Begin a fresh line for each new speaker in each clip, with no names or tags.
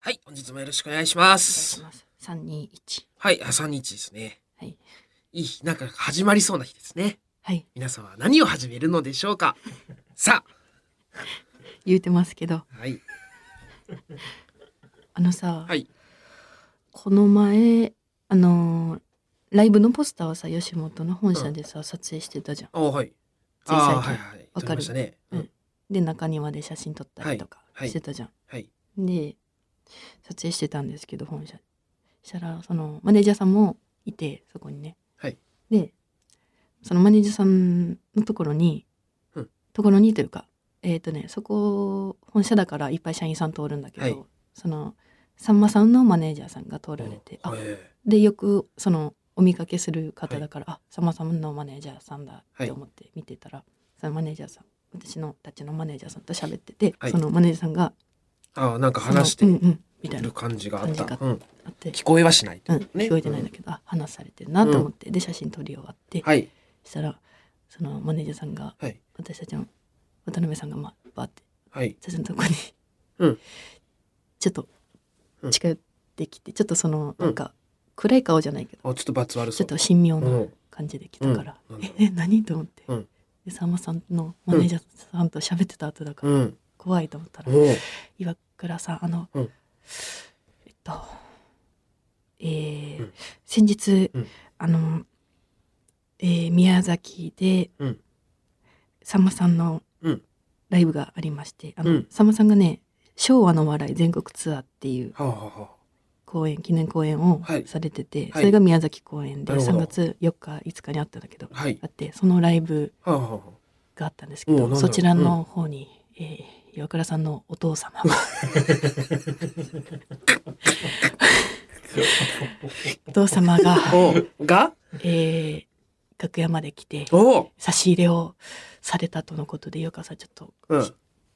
はい、本日もよろしくお願いしま
お願いし
す。
ます。三二一。
はい、朝日ですね。
はい。
いい日、なんか始まりそうな日ですね。
はい。
皆さんは何を始めるのでしょう か。さ
言うてますけど、
あ、はい、
あのさ、
はい、
この前、あのーライブのポスターをさ、吉本の本社でさ、撮影してたじゃん。
あ、はい。
つい最近
あーはいはい。
わかる
撮りましたね。う
うんん、で、中庭で写真撮ったりとか
はいはい
してたじゃん。
はい、
で、撮影してたんですけど、本社で。したら、その、マネージャーさんもいて、そこにね。
はい。
で、そのマネージャーさんのところに、
うん
ところにというか、えっ、とね、そこ、本社だからいっぱい社員さん通るんだけど、
はい
その、さんまさんのマネージャーさんが通られて、あ、
え
で、よく、その、お見かけする方だから、あ、さんまさんのマネージャーさんだって思って見てたら、そのマネージャーさん、私のたちのマネージャーさんと喋ってて、
はい
そのマネージャーさんが、
ーあー、なんか話して
そのうんうん、みたいな
る感じがあった。
感じ
うん、
あって、
聞こえはしない。
うん、聞こえてないんだけど、あ話されてるなと思って、で写真撮り終わって、
はい、
したらそのマネージャーさんが
はい、
私たちの渡辺さんがまあバーって
はい、
私のとこに、
うん
ちょっと
うん
近寄ってきて、ちょっとそのなんか暗い顔じゃないけど、
あ、ちょっと罰悪
ち
そ
ょっ
う。
と神妙
う
なん感じで来たから、
うん
ええ何と思って、
うん
でさんまさんのマネージャーさんと喋ってた後だから、
うん、
怖いと思ったら、
もう、
岩倉さんあの、
うん
えっとえー
うん
先日、
うん
あの、えー宮崎で、
うん
さんまさんの
うん
ライブがありましてあの、
うん
さんまさんがね昭和の笑い全国ツアーっていう
はあ、はあは
公演記念公演を
はい
されてて、
い
それが宮崎公演で
なるほ
3
ど
月4日5日にあったんだけど、
あ、はい
あ、ってそのライブ
はあ、はあは
があったんですけ
おうなん
ど
だろう
そちらの方に、えー岩倉さんのお 父様がお父様が、
あ。おう、が、
えー楽屋まで来て
おう、
差し入れをされたとのことで岩倉さんちょっと
うん。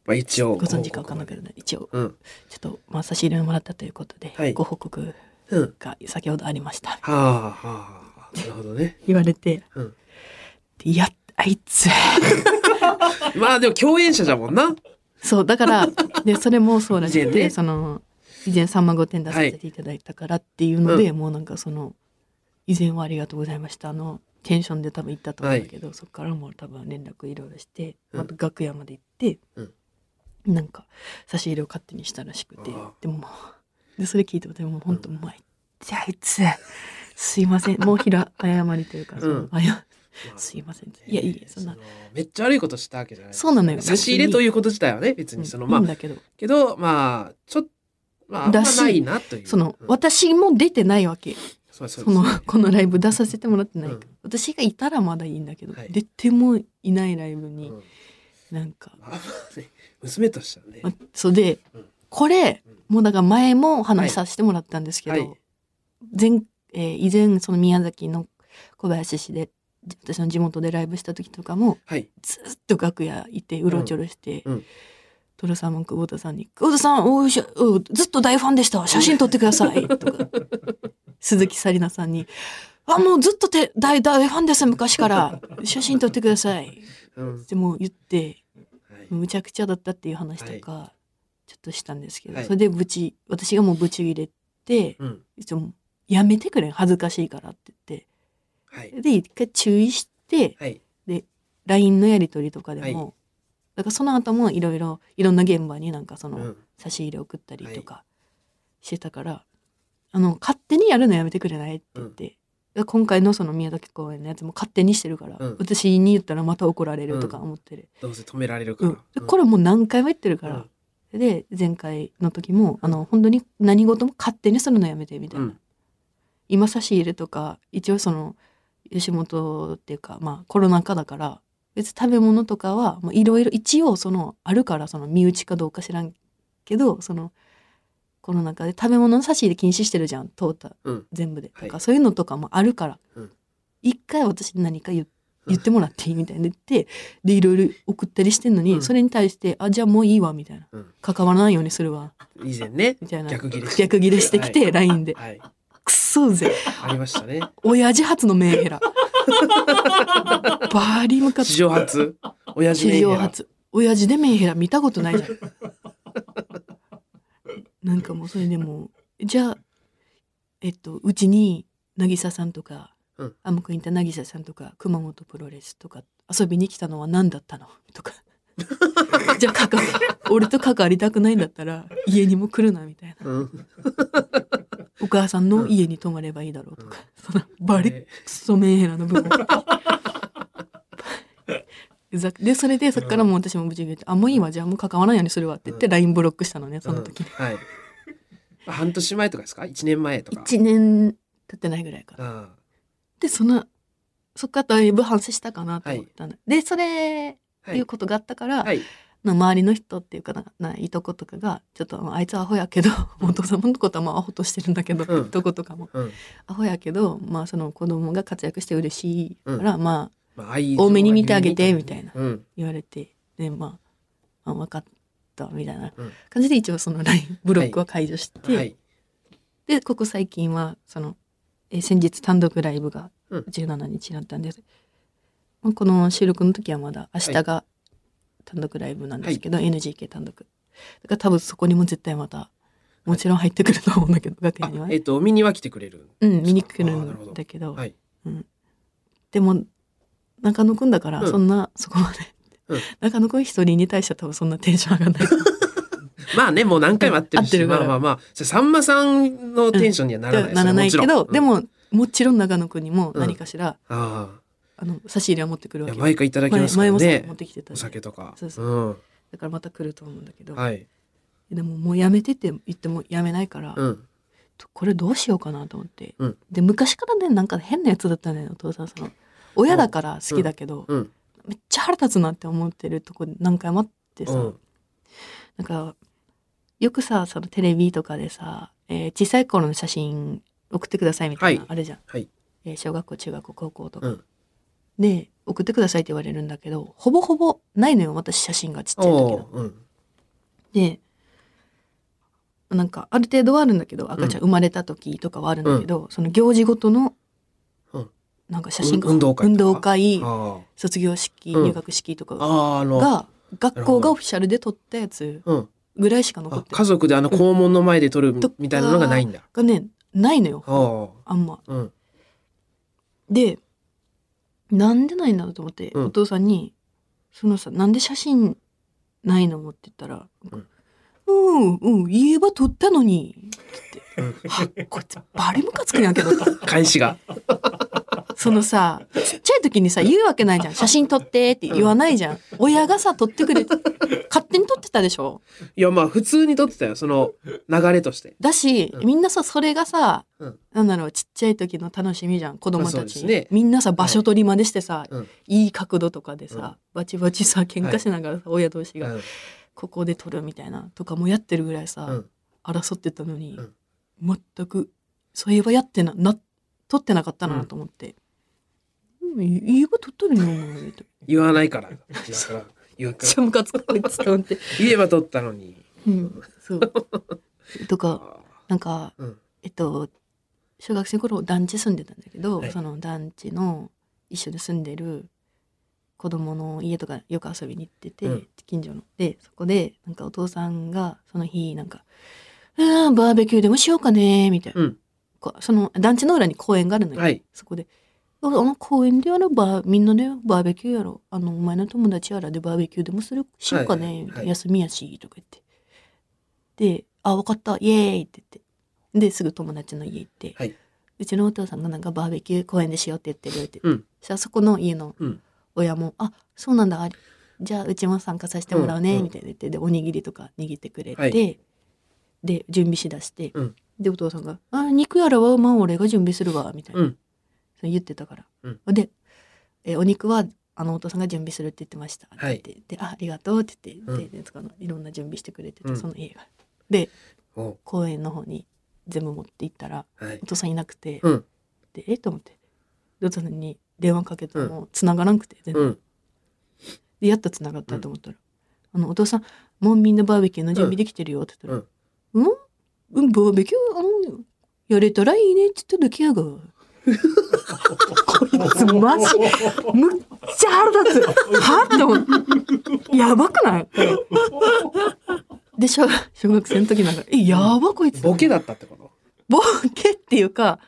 まあ、一応。
ご存知か分かんないけど、ね、一応
うん。
ちょっと、まあ、差し入れをもらったということで、
はい
ご報告
うん。
が先ほどありました
はあ、はあ、なるほどね。
言われて、
うん
でいやあいつ
まあでも共演者じゃもんな。
そうだから でそれもそうらし
以
く
前ね
てその以前「さんま御殿」出させていただいたからっていうので、
はい
もうなんかその「以前はありがとうございました」のテンションで多分行ったと思うんだけど、そこからもう多分連絡いろいろして
うん
また楽屋まで行って、なんか差し入れを勝手にしたらしくて
ああ
でももうでそれ聞いてでも本当もうあいつあいつすいませんもうひら謝りというか、その
うん
あや
まあ
すいませんいやいいそんな。
のめっちゃ悪いことしたわけじゃない。
そうなのよ
差し入れということ自体はね、別
うん
にその、ま
いいん
あ、
だけど
けど、まあ、ちょっと、まあ、あんま
だし
ないなという。
その、
うん
私も出てないわけ
そうそう
そ
そう
の
ですね
このライブ出させてもらってない、
うん
私がいたらまだいいんだけど、
はい
出てもいないライブ
う
に、
ん
なんか、
まあまあね娘としてはね。
まそれで、
うん
これ
うん
もうだから前もお話しさせてもらったんですけど、
はい
前えー以前その宮崎の小林市で私の地元でライブした時とかも
はい。
ずっと楽屋いてうろちょろして、
うんうん
トロさんも久保田さんに「久保田さんおいしょうんずっと大ファンでした写真撮ってください」と か鈴木紗理奈さんに「あもうずっとて大大ファンです昔から写真撮ってください」
うん。
ってもう言って
はい
むちゃくちゃだったっていう話とか、ちょっとしたんですけど、
はい
それでブチ私がもうブチ入れて
うん。
「ちょやめてくれ恥ずかしいから」って言って
はい。
で一回注意して。
はい。
LINE のやり取りとかでも、
は
だからその後もいろいろいろんな現場になんかそうの
ん。
差し入れ送ったりとかしてたから、あの勝手にやるのやめてくれないって言って、今回のその宮崎公演のやつも勝手にしてるから、
うん
私に言ったらまた怒られるとか思ってる、
どうせ止められるか
う
ら
ん。でこれもう何回も言ってるから、で前回の時もあの本当に何事も勝手にするのやめてみた
う
いな、
ん。
今差し入れとか一応その吉本っていうかまあコロナ禍だから別に食べ物とかはもういろいろ一応そのあるからその身内かどうか知らんけどそのコロナ禍で食べ物の差し入れ禁止してるじゃんトータ
うん。
全部でとか、
はい
そういうのとかもあるから、
うん
一回私に何か言言ってもらっていいみたいな言ってでいろいろ送ったりしてんのに、
うん
それに対して「あじゃあもういいわ」みたいな
うん
「関わらないようにするわ
以前ね」、
みたいな
逆切れして。
逆切れしてきて LINE で
はい。
「くっそうぜ」
ありましたね。
親父初のメンヘラバリムカつ
史上初。親父メン
史
ヘラ
上初親父でメンヘラ見たことないじゃんなんかもうそれでもうじゃあえっとうちに渚さんとか、
うん
あむくんいた渚さんとか熊本プロレスとか遊びに来たのは何だったのとか じゃあ関わ俺と関わりたくないんだったら家にも来るなみたいな
うん。
お母さんの家に泊まればいいだろうとか、そのバリクソメンヘラの部分 ざでそれでそっからもう私も無事に言って「あもういいわじゃあもう関わらないようにするわ」って言って LINE ブロックしたのねその時
うんはい。あ半年前とかですか一年前とか。
1年経ってないぐらいかな
あ
でそのそっからだいぶ反省したかなと思ったんだ、でそれ。
あ。はいいう
ことがあったから、
はい。
の周りの人っていうかなないとことかがちょっとまああいつアホやけどお父様のことはまあアホとしてるんだけど、
うん
いとことかも
うん。
アホやけどまあその子供が活躍して嬉しいから、まあ
まあ愛情
多めに見てあげてみたいな
うん。
言われてでまああ分かったみたいな
うん
感じで一応その LINE ブロックは解除して、
はい。
でここ最近はその、えー先日単独ライブが
うん
17日だったんです、まあこの収録の時はまだ明日が単独ライブなんですけど、NGK 単独だから多分そこにも絶対またもちろん入ってくると思うんだけど、楽屋
あ
には、
え
ね
っと、見には来てくれる。
うん見に来る
あーなるほど
んだけど
はい。
でも中野くんだから
うん
そんなそこまで、
うん
中野くん一人に対しては多分そんなテンション上がんない
まあね、もう何回も会ってるし、
会ってる
ま
から
あまあまあ、それさんまさんのテンションにはならないですよ
ならない
も
け
ちろ
ど
んうん
でももちろん中野くんにも何かしら、
あ
あの差し入れは持ってくる
あ。い
わ
や、毎
け
回いただきますか
前
ら
もさ
ね
持っ。てきてた
お
んで
酒とか。
そうそ
うん。
だからまた来ると思うんだけど、
はい。
でももうやめてって言ってもやめないから、
うん。
これどうしようかなと思って、
うん
で昔からねなんか変なやつだったんだよお父さんその親だから好きだけど、
うん。
めっちゃ腹立つなって思ってるとこ何回もあってさ、
うん。
なんかよくさそのテレビとかでさ、えー小さい頃の写真送ってくださいみたいな、
はい
あるじゃん、
はい
えー小学校中学校高校とか、
うん
で送ってくださいって言われるんだけどほぼほぼないのよ私写真がちっちゃい時
お
の
う。うん。
でなんかある程度はあるんだけど赤ちゃん生まれた時とかはあるんだけど、その行事ごとの
うん
なんか写真が
運動会とか
運動会
あ
卒業式、
うん
入学式と
あ。
か
ああ、あの。
が学校がオフィシャルで撮ったやつ
うん。
ぐらいしか残
あ
って
家族であの校門の前で撮る
とか
みたいなのがないんだ。
がねないのよ
あ
あんま。
あ。うん。
でなんでないんだろうと思って、
うん
お父さんに「そのさなんで写真ないの?」って言ったら「
うん
うんうん言えば撮ったのに」って
う
言
ん
って「はこいつバリムカつくんやけど」と
返しが。
そのさちっちゃい時にさ言うわけないじゃん「写真撮って」って言わないじゃん親がさ撮ってくれて勝手に撮ってたでしょ
いやまあ普通に撮ってたよその流れとして。
だし、
うん
みんなさそれがさ、
うん
なんだろうちっちゃい時の楽しみじゃん子供
まあそ
た
うで
ち、
すね
みんなさ場所取り真似してさ、
うん
いい角度とかでさ、
うん
バチバチさ喧嘩しながらさ、親同士
う
が
ん
ここで取るみたいなとかもやってるぐらいさ、
うん
争ってたのに、全くそういえばやってなな取ってなかったなと思って、うん、いいば取ったのにお前みたい な
言わないから。だから言う
め
か
っ
ら
ちゃムカつくこいつと思って、
言えば撮ったのに。
うん、そう とか
あ
なんか
あうん
えっと小学生の頃団地住んでたんだけど、
はい
その団地の一緒に住んでる子供の家とかよく遊びに行ってて、
うん
近所のでそこでなんかお父さんがその日なんか「うわーバーベキューでもしようかね」みたいな、
うん
こその団地の裏に公園があるのよ、
はい。
そこで「ああの公園でやればみんなでバーベキューやろあのお前の友達やらでバーベキューでもするしようかね」
はいはい
みたいな
はい
休みやし」とか言ってで「あ分かったイエーイ」って言ってですぐ友達の家行って、
はいう
ちのお父さんがなんかバーベキュー公園でしようって言ってるって、
うん
そしたらそこの家の
うん
親も「あそうなんだあじゃあうちも参加させてもらう
うん
ね」
うん
みたいな言ってでおにぎりとか握ってくれて、
は
で準備しだして、
うん
でお父さんが「あ肉やらはまあ俺が準備するわ」みたいな、
うん
そう言ってたから、
うん
でえお肉はあのお父さんが準備するって言ってましたって言って、であありがとうって言って、でそのいろんな準備してくれてて、
うん
その家がで
おう
公園の方に全部持って行ったら
はい
お。父さんいなくて、
うん
でえっと思ってでお父さんに電話かけても繋がらんくて全然、
うん
でやっと繋がったと思ったら、あのお父さんもうみんなバーベキューの準備できてるよって言ったら「うん、うんバーベキューあのやれたらいいね」って言っただけやが。こいつマジむっちゃ腹立つはって思ってやばくないで小小学生の時なんか「えやばこいつ」
ボケだったってこと
ボケっていうか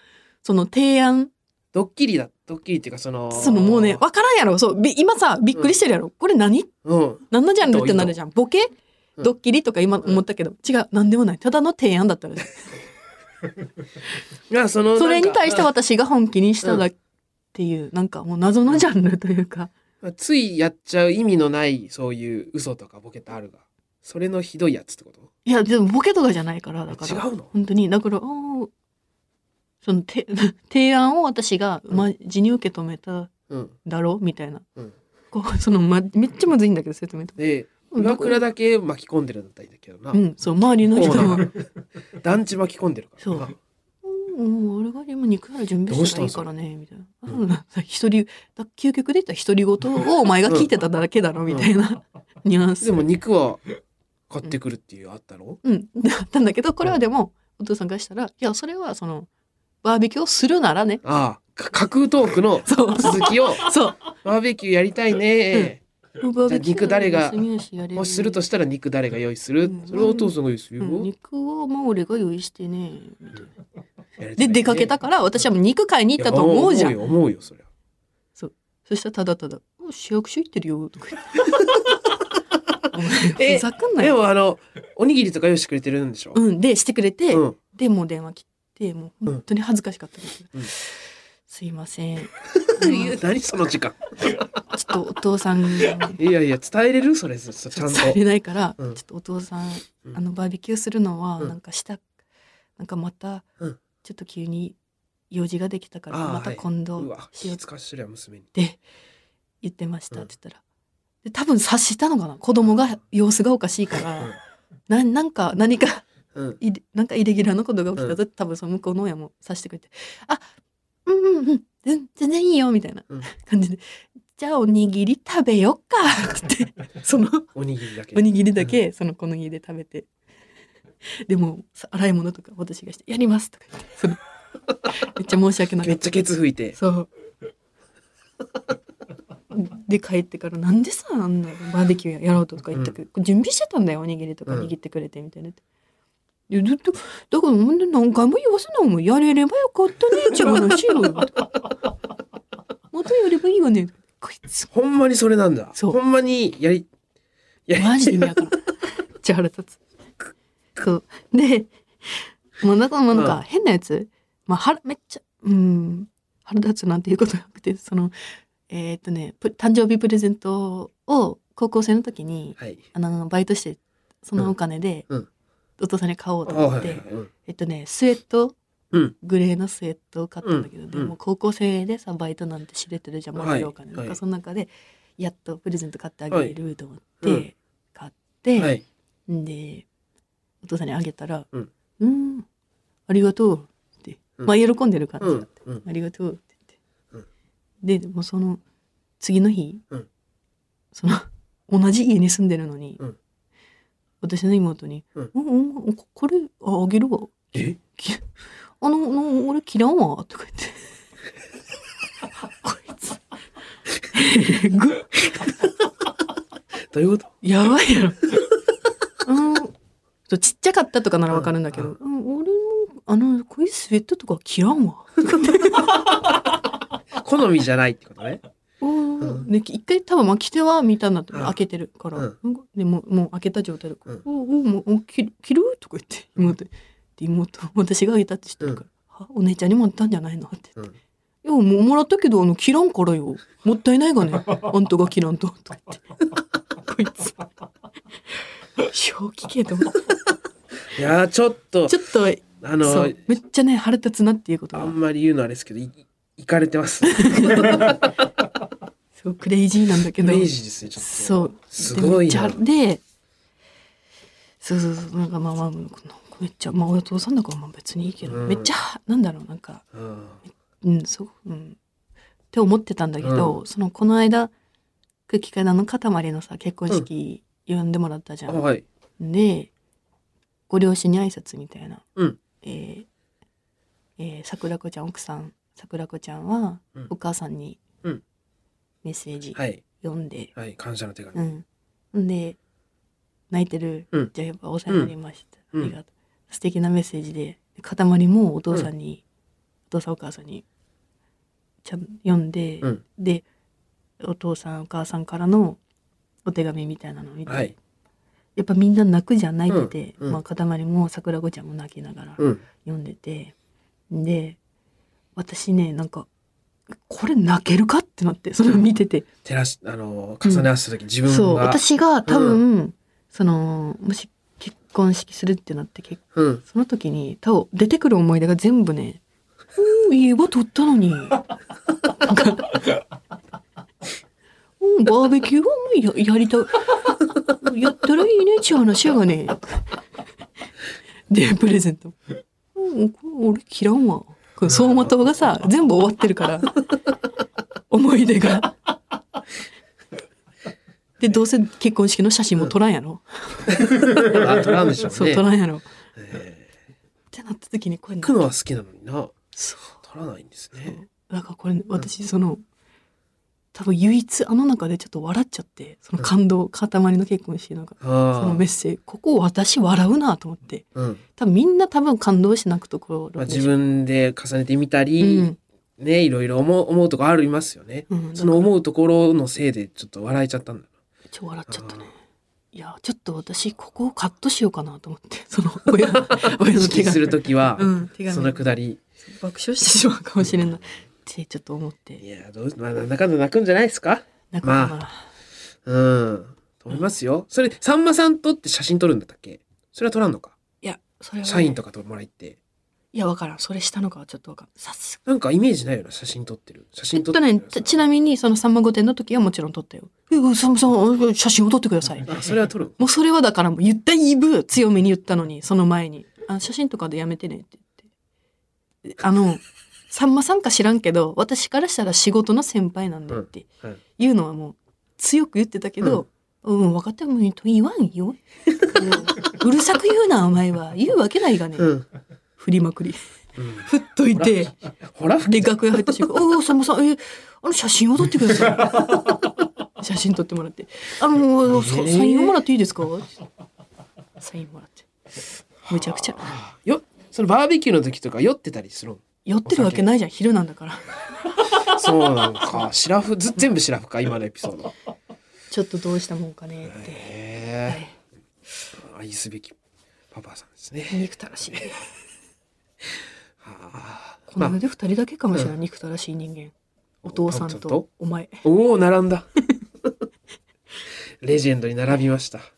その提案
ドッキリだドッキリっていうかその
そのもうね分からんやろそうび今さびっくりしてるやろ、これ何
うん
何のジャンルってなるじゃんボケ
うん
ドッキリとか今思ったけど、違う何でもないただの提案だっ たらしい
いやその
それに対して
なんか
私が本気にしただっていう、なんかもう謎のジャンルというか、
あついやっちゃう意味のないそういう嘘とかボケってあるがそれのひどいやつってこと
いやでもボケとかじゃないからだから
違うの
本当にだからおーそのて 提案を私がマジに受け止めた
うん
だろみたいな、
うん
こうその、ま、めっちゃむずいんだけど説明とか
で岩倉だけ巻き込んでるんだったらいいんだけどな、
うんそう周りの人も
団地巻き込んでるから
そう
な
うんもう俺が今肉やら準備したらいいからねみたいなあそうなんだ一人だ究極で言ったら独り言をお前が聞いてただけだろみたいな、ニュアンス
でも肉は買ってくるっていうあったの、
うん、だったんだけどこれはでもお父さんがしたら「いやそれはそのバーベキューをするならね
ああか架空トークの
そう
続きを
そう
バーベキューやりたいね、
バーベキュー
肉誰が
住吉やれる
もしするとしたら肉誰が用意する、
うん
それをお父さんが用意するよ、
うん肉をまあ俺が用意してね
やりたい
で
ね
出かけたから私はもう肉買いに行ったと思うじゃ
いや
ん
思うよ思うよそりゃ
そしたらただただ「お市役所行ってるよ」とか言ってお前
え
ふざかんな
で
よ、
もあのおにぎりとか用意してくれてるんでしょ、
うん、でしてくれて、
うん
でもう電話切ってもう本当に恥ずかしかったです、
うん
すい ませんあ
い
の
や
ちょ
何その時間
っとお父さん
いやいや伝えれるそれそちゃんと
されないから、
うん
ちょっとお父さん
うん
あのバーベキューするのは
うん
なんかした、なんかまた
うん
ちょっと急に用事ができたから
あー
また今
う
度
わ
し
気
ようっ
使わしてるやん娘に
て言ってました
うん
って言ったら、で多分察したのかな子供が様子がおかしいから、ななんか何か
うん
イレなんかイレギュラーなことが起きたぞって、多分その向こうの親も察してくれて「あうんうんうん全全然いいよ」みたいな
うん
感じで「じゃあおにぎり食べよっか」って言 ってその。
おにぎりだけ
おにぎりだけその小の家で食べて、でもさ洗い物とか私がして「やります」とか言って そのめっちゃ申し訳なか
め
っ
っちゃケツ拭いて
たそうで帰ってから「なんでさあんなバーベキューやろうと」とか言ったけど、準備してたんだよおにぎりとか
うん
握ってくれてみたいなって。いやずっとだからほんと何回も言わせないもんやれればよかったねって 話よまたやればいいよねこいつ
ほんまにそれなんだ
そう
ほんまにやりやり
マジで意味 わからん。めっちゃ腹立つ。そう。で、もうなんか、もうなん
う
か
ん
変なやつ。まあ、腹、めっちゃ、うん、腹立つなんていうことなくて、その、えーっとね、プ誕生日プレゼントを高校生の時に、
はい
あの、バイトして、そのお金で、
うんうん
お父さんに買おうと
あ
思
は
っ
い
て、
はいうん
えっとね、スウェット、
うん
グレーのスウェットを買ったんだけど、
うん
でも高校生でさバイトなんて知れてるじゃんもらえるお金なんか、
はいはい
その中でやっとプレゼント買ってあげると思っ
は
て
い
買って、
はい
んでお父さんにあげたら「
う
うんんありがとう」って、
うん
まあ喜んでる感じ
う
があっ
ん
て、
うん
ありがとう」って言って、でもうその次の日、
うん
その同じ家に住んでるのに、
うん
私の妹に「
うん
うんうんここれああげるわ」
え
きあの、の俺嫌うわ、とか言って。こいつ。えぐ
どういうこと
やばいやろ。うん。そうちっちゃかったとかならわかるんだけど、うん、俺も、あの、こういうスウェットとか嫌うわ。
好みじゃないってことね
うん、で一回多分巻き手は見たんだと思
う
う
ん
開けてるから、
うん
うんでもうもう開けた状態で「
うん
おうおうもうお切る切る?」とか言って妹にで妹私があげたって知ってるから「はお姉ちゃんにもあったんじゃないの?」って言って「いやもうもらったけどあの切らんからよもったいな いがねあんたが切らんと」とか言ってこいつ正気系と思って
いやーちょっと
ちょっと
あの
そうめっちゃね腹立つなっていうこと
あ
が
んまり言うのあれですけどいいかれて ます
すごいクレイジーなんだけ
イ
ど
メージですねちょっと
そう。
すごい
で
な
めっちゃで、そうそうそう、なんかまあまあ、なんかめっちゃ、まあお父さんだからまあ別にいいけど、
うん
めっちゃ、なんだろう、なんか、
うん
うん、そう、うん。って思ってたんだけど、その、この間、空気階段の塊のさ、結婚式呼んでもらったじゃ
あ
ん。
はい
で、ご両親に挨拶みたいな。
うん
えーえー桜子ちゃん、奥さん、桜子ちゃんは
うん、
お母さんに
うん、
メッセージ
はい
読んで、
はい感謝の手紙
うん。んで、泣いてる、
うん
じゃあやっぱお世話になりました、
うん
ありがとう素敵なメッセージで塊もお父さんに、お父さんお母さんにちゃん読んで、
うん
でお父さんお母さんからのお手紙みたいなのを見て、
はい
やっぱみんな泣くじゃん泣いてて、
うんうん
まあ、塊も桜子ちゃんも泣きながら
うん
読んでて、で私ねなんかこれ泣けるかってなってそれを見てて
照らしあの重ね合わせた時、自分が
そう私が多分、そのもし結婚式するってなって結
うん
その時に多分出てくる思い出が全部ね「うんいいわ撮ったのに」なんかうん、バーベキューもややりたいやったらいいねっちゅう話やがねでプレゼント「うんこれ俺嫌んわ」この走馬灯がさ全部終わってるから思い出が。でどうせ結婚式の写真も撮らんやろ、
あ取らんでしょうね
そう撮らんやろっ
えー
てなった時にこれ
行くのは好きなのにな
そう
取らないんですね
なんかこれ私その、多分唯一あの中でちょっと笑っちゃってその感動、塊の結婚式なんかそ
あ
のメッセージここ私笑うなと思って
あ、うん
多分みんな多分感動して泣くところ
まあ、
だと
自
思う
分で重ねてみたり、ねいろいろ思う思うとこありますよね
うん、うん、
その思うところのせいでちょっと笑えちゃったんだ
ちょっと笑っちゃったね
あー
いやちょっと私ここをカットしようかなと思って その 親親の手
指揮
が
する時は、
うん、手が
そのくだり
爆笑してしまうかもしれないってちょっと思って
いやどう、まあ、なんだかんだ泣くんじゃないですか
なんか
まあ
まあ
うんと思いますよそれさんまさんとって写真撮るんだったっけそれは撮らんのか
いやそれはね、
社員とかともらいって
いやわからんそれしたのかはちょっとわからんさす
なんかイメージないよな写真撮ってる写
えっ
真撮っ
と
て
ね、
る
ちちなみにその「さんま御殿」の時はもちろん撮ったよ。えうさんまさん写真を撮ってください。
あそれは撮る
もうそれはだからもう言ったいぶ強めに言ったのにその前にあ「写真とかでやめてね」って言ってあのさんまさんか知らんけど私からしたら仕事の先輩なんだって
うんうん
いうのはもう強く言ってたけど「うん、分かっても言わん よ」うるさく言うなお前は言うわけないがね、
うん、
振りまくり
うん、
振っといて。
ほら
で楽屋入った瞬 間「おおさんまさんえあの写真を撮ってください」 写真撮ってもらって「あのー
えー
ササインをもらっていいですか?」サインもらってむちゃくちゃ
あよそのバーベキューの時とか酔ってたりするん
酔ってるわけないじゃん昼なんだから
そうなん かシラフず全部シラフか今のエピソード
ちょっとどうしたもんかねって、は
へ
い、
え愛すべきパパさんですね
憎たらしい
はあ
こ
ま
の
あ
世で二人だけかもしれない憎たらしい人間お父さ
お
ん
父さんと
とお前ちょ
おお並ん だレジェンドに並びましたは
っ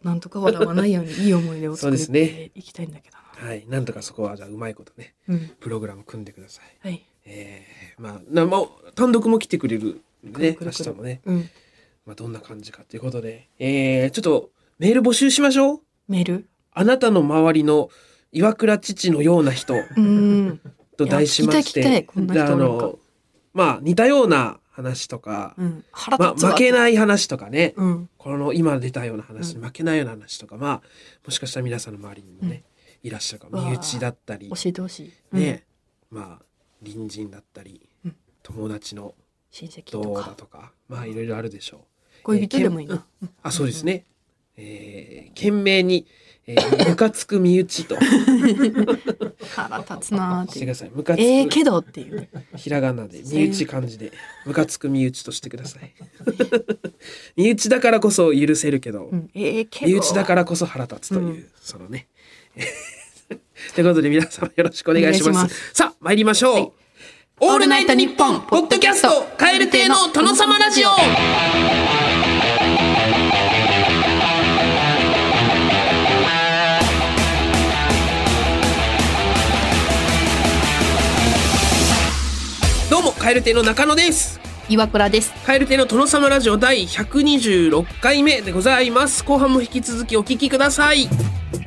となんとか笑わない ようにいい思い出を作っ
そうですね
ていきたいんだけどな
あはいなんとかそこはじゃあうまいことね
うん
プログラム組んでください
はい
えー、まあなまあ単独も来てくれるんでね
く
明
るくる
日もね、
うん
まあ、どんな感じかということでえー、ちょっとメール募集しましょう
メー ル
あなたの周りの岩倉父のような人
うん
と題しまして
いや聞きたい聞きたいこんな人
であ
なんか
のまあ似たような話とか、
うん腹
まあ、
立つわ
負けない話とかね、
うん
この今出たような話に
う
負けないような話とか、まあもしかしたら皆さんの周りにもね、いらっしゃるかも
わあ
身内だったり
教、えてほしい、うん
ねまあ隣人だったり、
うん
友達の
親戚
ど
と
うだ
か
とかまあいろいろあるでしょう。
恋人でもいいな、
あそうですね、えー、懸命に、えー、ムカつく身内 とし
腹立つなーって
てく
いう
ださい。ムカつく、
ええけどっていう
ひらがなで身内漢字でムカつく身内としてください 身内だからこそ許せるけど、
うんええけど
身内だからこそ腹立つという、そのね ということで皆様よろしくお願いします
お願いしま
さあ参りましょう、
はい
オールナイトニッポンポッドキャスト蛙亭の殿様ラジオどうも蛙亭の中野です
岩倉です
蛙亭の殿様ラジオ第126回目でございます後半も引き続きお聞きください
オール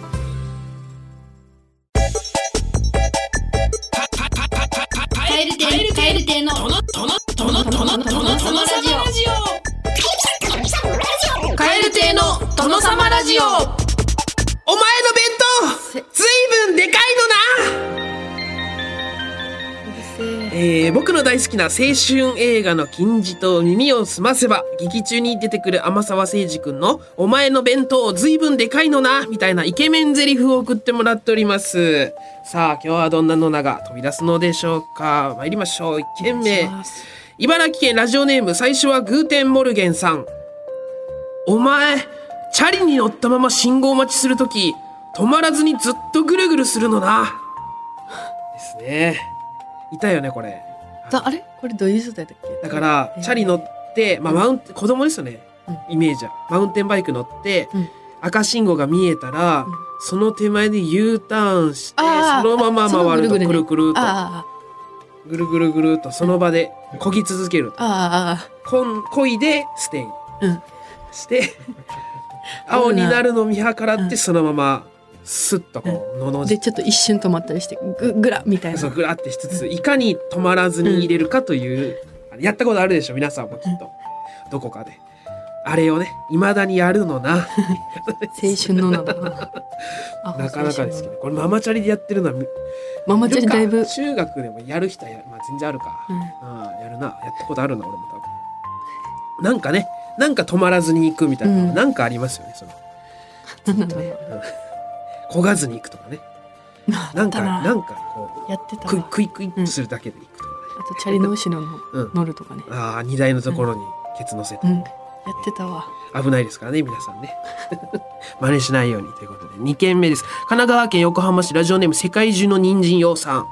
カエル亭カエル亭の殿殿殿殿殿様ラジオカエル亭の殿様ラジオ
お前の弁当ずいぶんでかいのなえー僕の大好きな青春映画の金字と耳をすませば劇中に出てくる天沢誠司くんの「お前の弁当ずいぶんでかいのな」みたいなイケメンゼリフを送ってもらっておりますさあ今日はどんなの名が飛び出すのでしょうか参りましょう1件目茨城県ラジオネーム最初はグーテンモルゲンさんお前チャリに乗ったまま信号待ちするとき止まらずにずっとぐるぐるするのなですねいたよねこれ
だあれこれどういう状態だっけ
だから、チャリ乗って、まあ、マウンテン子供ですよね、イメージはマウンテンバイク乗って、
うん
赤信号が見えたら、
うん
その手前で U ターンしてそ
あー
のまま回ると
あそ
く
のぐ
る
る
くると
あ
ぐるぐるぐるっとその場でこぎ続ける
あああ
こんこいでステイ
うん
して 青になるのを見計らってそのままスッとこうの
あ
の
で
字
ちょっと一瞬止まったりしてぐぐらみたい
そう
な
グラってしつついかに止まらずに入れるかという、やったことあるでしょ皆さんもきっと、どこかであれをねいまだにやるの な
青春 の名だな
なかなかですけど
ど
これママチャリでやってるのはみ
ママチャリだいぶ、
いるか中学でもやる人はや、まあ、全然あるか、
うん
ああやるなやったことあるな俺も多分なんかねなんか止まらずに行くみたいなのは、
うん
なんかありますよねその
なんなんだろう
焦がずに行くとかねなんか
あったな
なんかこ
やってた
う
わ
クイクイクイってするだけで行くとか
あとチャリの後ろの
ね、うん
乗るとかね
ああ荷台のところにケツ乗せて、
うんやってたわ
危ないですからね皆さんね 真似しないようにということで2件目です神奈川県横浜市ラジオネーム世界中の人参用さん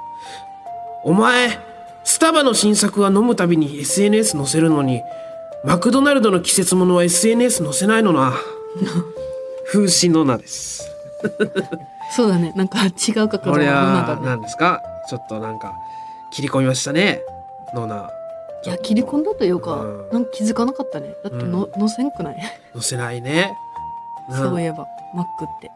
お前スタバの新作は飲むたびに SNS 載せるのにマクドナルドの季節ものは SNS 載せないの な風刺の名です
そうだねなんか違うかか
こ
ら
れ
な
は
んだね
何ですかちょっとなんか切り込みましたねのない
や切り込んだというか、
うん
なんか気づかなかったねだっての、のせんくない
載せないねな
そういえばマックって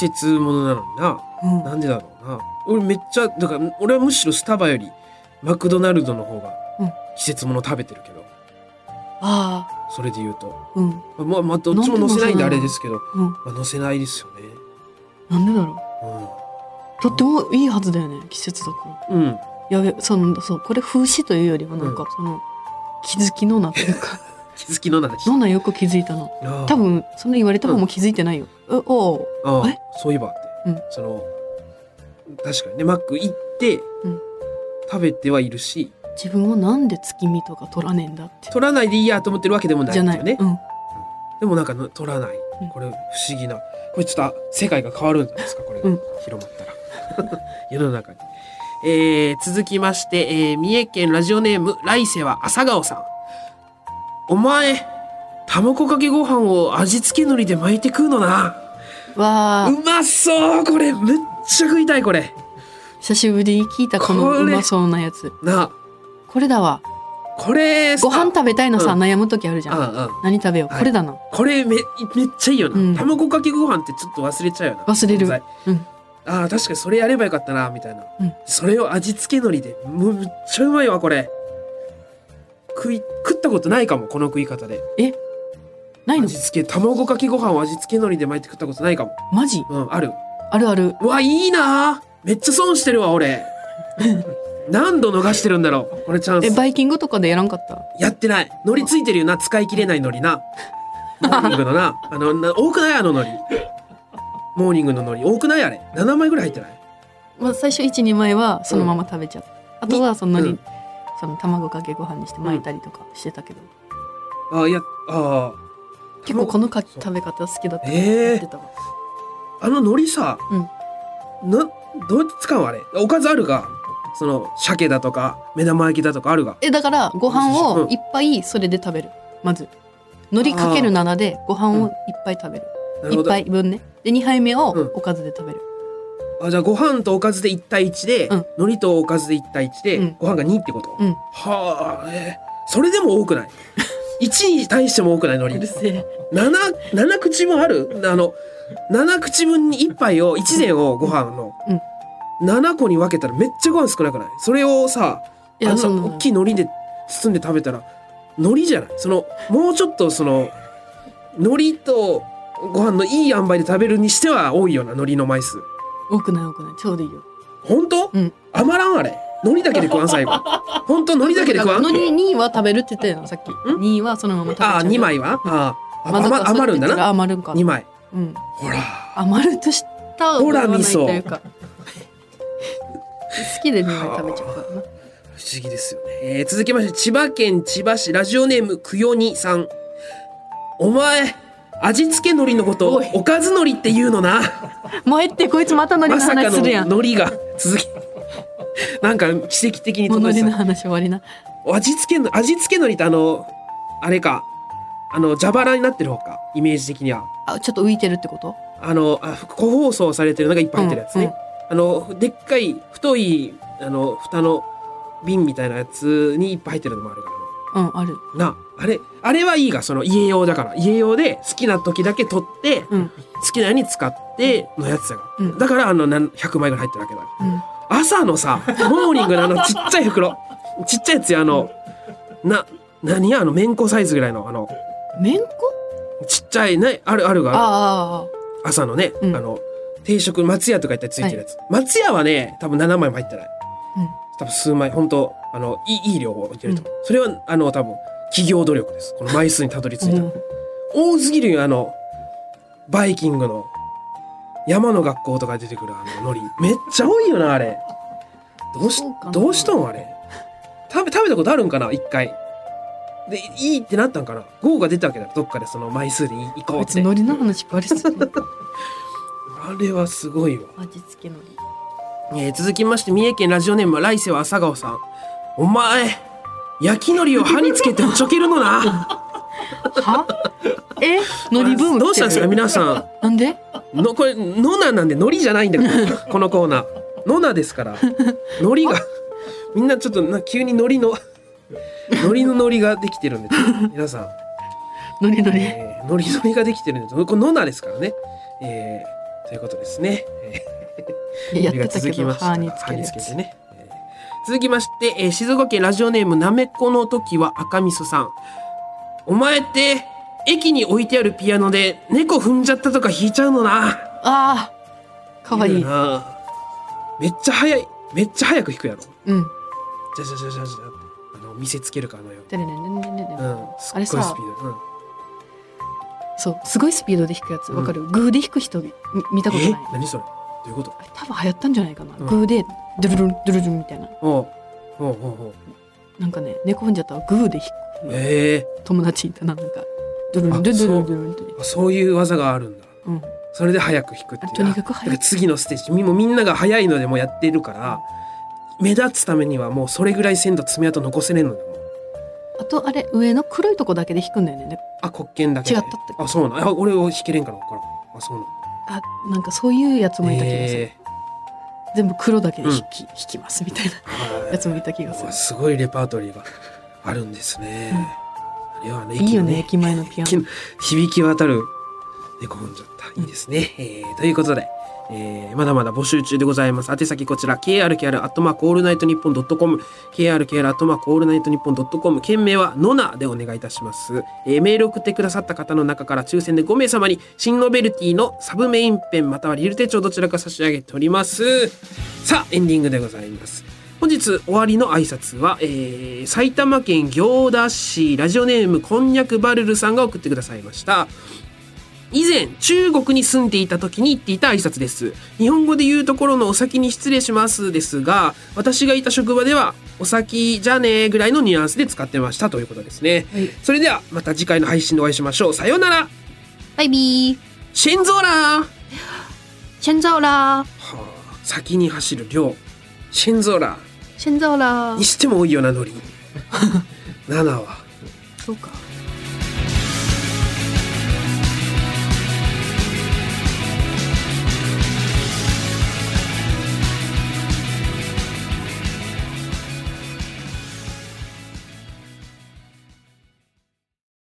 季節ものなのにな
うん
なんでだろうな俺めっちゃだから俺はむしろスタバよりマクドナルドの方が
うん
季節もの食べてるけど、
あ
それで言うと
あうん
まあまあどっちも載せないんであれですけど、
うん
まあ、載せないですよね
なんでだろうとってもいいはずだよね季節だから
うん、うん、
やべそのそうこれ風刺というよりはなんか、
う
その気づきのなという か
気づきのなでし
のなよく気づいたの
た
多分その言われた方も気づいてないよ、うおお
ああ
え
そういえばって、
うん
その確かにねマック行って、
うん
食べてはいるし
自分をなんで月見とか取らねえんだって
取らないでいいやと思ってるわけでもない
じゃ
んで
な
す
い、
よね
うん、
でもなんかの取らない
うん
これ不思議なこれちょっとあ世界が変わるんじゃないですかこれが、
うん
広まったら 世の中に、えー続きまして、えー三重県ラジオネーム来世は朝顔さんお前卵かけご飯を味付け海苔で巻いて食うのな
わあ
うまそうこれめっちゃ食いたいこれ
久しぶりに聞いたこ
これ
のうまそうなやつ
な
これだわ
これ
ご飯食べたいのさ、
うん
悩む時あるじゃん、
ああああ
何食べよう、
はい
これだな
これめめっちゃいいよな、
うん
卵かけご飯ってちょっと忘れちゃうよな
忘れる
存在
うん
ああ確かにそれやればよかったなみたいな、
うん
それを味付け海苔でもうめっちゃうまいわこれ食い食ったことないかもこの食い方で
ないの
味付け卵かけご飯を味付け海苔で巻いて食ったことないかも
マジ
うんある
あるある
うわいいなめっちゃ損してるわ 俺何度逃してるんだろうこれチャン
え
ス
バイキングとかでやらんかった
やってない海苔ついてるよな使い切れない海苔なモーニングのなあのな多くないあの海苔モーニングの海苔多くないあれ7枚ぐらい入ってない
まあ、最初12枚はそのまま食べちゃった、あとはそのに、
うん
その卵かけご飯にして巻いたりとかしてたけど、
あーいやあー
結構このか
そう
食べ方好きだったから
え
や
え
ってたわ、
あの海苔さ、などうやって使うのあれおかずあるがその鮭だとか目玉焼きだとかあるが
えだからご飯
う
を
ん
いっぱいそれで食べるまず海苔かける7でご飯をいっぱい食べる、
な
一1杯分ねで2杯目を
うん
おかずで食べる、
あじゃあご飯とおかずで1対1で、
うん
海苔とおかずで1対1で、
うん
ご飯が2ってこと、
うん
はあ、えーそれでも多くない1に対しても多くないの
う
に
るせえ
七七口分あるあの七口分に一杯を一膳をご飯の、
うん
七個に分けたらめっちゃご飯少なくないそれをさ
い
あ
や
んな
そんな
大きい海苔で包んで食べたら海苔じゃないそのもうちょっとその海苔とご飯のいい塩梅で食べるにしては多いよな海苔の枚数
多くない多くないちょうどいいよ
本当、
うん
余らんあれ海苔だけで食わん最 後本当海苔だけで食わん
のに2位は食べるって言ったよなさっき2位はそのまま食べちゃう
ああ2枚はああ
まさか
余余るんだ
そう言ったら
な
余るんか
2枚
うん
ほら
余るとしたら
ほら
思わないという
味
か 好きで2枚食べちゃうからな
不思議ですよね、えー続きまして千葉県千葉市ラジオネームくよにさんお前味付け海苔のこと
お
を
い
おかず海苔って言うのな
もうえってこいつまた海苔
まさ
の
か
話
の
するやん
海
も
苔が続きなんか奇跡的に
う
届いて
海苔の
た
話終わりな
味付けの味付け海苔ってあのあれかあの蛇腹になってる方かイメージ的には
あちょっと浮いてるってこと
あのあ個包装されてるのがいっぱい入ってるやつね、
うんうん
あのでっかい太いあの蓋の瓶みたいなやつにいっぱい入ってるのもあるからね
うんある
なあれあれはいいがその家用だから家用で好きな時だけ取って
うん
好きなように使ってのやつだから、
うん
だからあのなん100枚ぐらい入ってるわけだか
うん
ら朝のさモーニングのあのちっちゃい袋ちっちゃいやつやあのな何やあのめんこサイズぐらいのあの
めんこ
ちっちゃいねあるあるがある
ああ
朝のね、
うん
あの定食松屋とか行ったらついてるやつ、松屋はね多分7枚も入ってない、
うん
多分数枚本当あのいいいい量を置いてると思う、それはあの多分企業努力ですこの枚数にたどり着いた、
うん
多すぎるよあのバイキングの山の学校とかに出てくるあの海苔めっちゃ多いよなあれどうし
そうかな
どうしたんあれ食べ食べたことあるんかな一回でいいってなったんかな GO が出たわけだどっかでその枚数でい行こう
あ
っ
別
て
に海苔の話ばりすぎる
あれはすごいわ
味付け海苔
えー続きまして三重県ラジオネーム来世は朝顔さんお前焼き海苔を歯につけておちょけるのな
は え 海苔ブーム来てる
どうしたんですか皆さ
なんで
んのこれノナなんで海苔じゃないんだ からこのコーナーノナですから海苔がみんなちょっとな急に海苔の海苔の海苔ができてるんでちょっと皆さん
ノリノ リ
えーノリノリができてるんです。これノナですからね。えーということですね。えー
やってたけ
続きまし
ど
て
歯につけ
歯
る
に
や
つけて
つ
ね。えー続きまして、えー静岡県ラジオネームなめっこの時は赤みそさん。お前って、駅に置いてあるピアノで猫踏んじゃったとか弾いちゃうのな。
ああかわい
る
い
よな。めっちゃ早い。めっちゃ早く弾くやろ。
うん
じゃじゃじゃじゃじゃって。あの、見せつけるかのよ
てれれれれれ
う
れ
に。うん。すっ
あ
ごい
れ
スピ
さ
ード。うん。
そうすごいスピードで弾くやつわかる、グーで弾く人み見たことない
え何それどういうこと
あれ多分流行ったんじゃないかな、
うん
グーでドゥルルンドゥルルンみたいな
おうおうおうおう
なんかね猫踏んじゃったらグーで弾く、
ええ
友達いたななんかドゥルルンドゥルルンドゥルルンって
そういう技があるんだ
うん
それで早く弾くっていう
とにかく
だ
早
から
い
次のステージみもうみんなが早いのでもうやってるから目立つためにはもうそれぐらい鮮度爪痕残せねえのよもう
あとあれ上の黒いとこだけで弾くんだよねで
あ黒剣だけで
違ったって
あそうなんあ俺を弾けれんから分からんあそう
あなんかそういうやつ
な
も
ん
いた気がする、
え
全部黒だけで弾き,、弾きますみたいな
えはい
やつもいた気がす
う
る
わすごいレパートリーがあるんですね、あれはね
いいよね
駅
駅
の
前のピアノ
響き渡る猫踏んじゃったいいですね、え ーということで、えーまだまだ募集中でございます宛先こちら krkr アットマークオールナイトニッポンドットコム krkr アットマークオールナイトニッポンドットコム件名はノナでお願いいたします、えーメールを送ってくださった方の中から抽選で5名様に新ノベルティのサブメインペンまたはリル手帳どちらか差し上げておりますさあエンディングでございます本日終わりの挨拶は、えー埼玉県行田市ラジオネームこんにゃくバルルさんが送ってくださいました以前中国に住んでいた時に言っていた挨拶です日本語で言うところのお先に失礼しますですが私がいた職場ではお先じゃねえぐらいのニュアンスで使ってましたということですね、
はい
それではまた次回の配信でお会いしましょうさようなら
バイビー
シェンゾーラーは
シェンゾーラー
あ先に走る量シェンゾーラー
シェンゾーラ
に
ー
しても多いよなノリナナは
そうか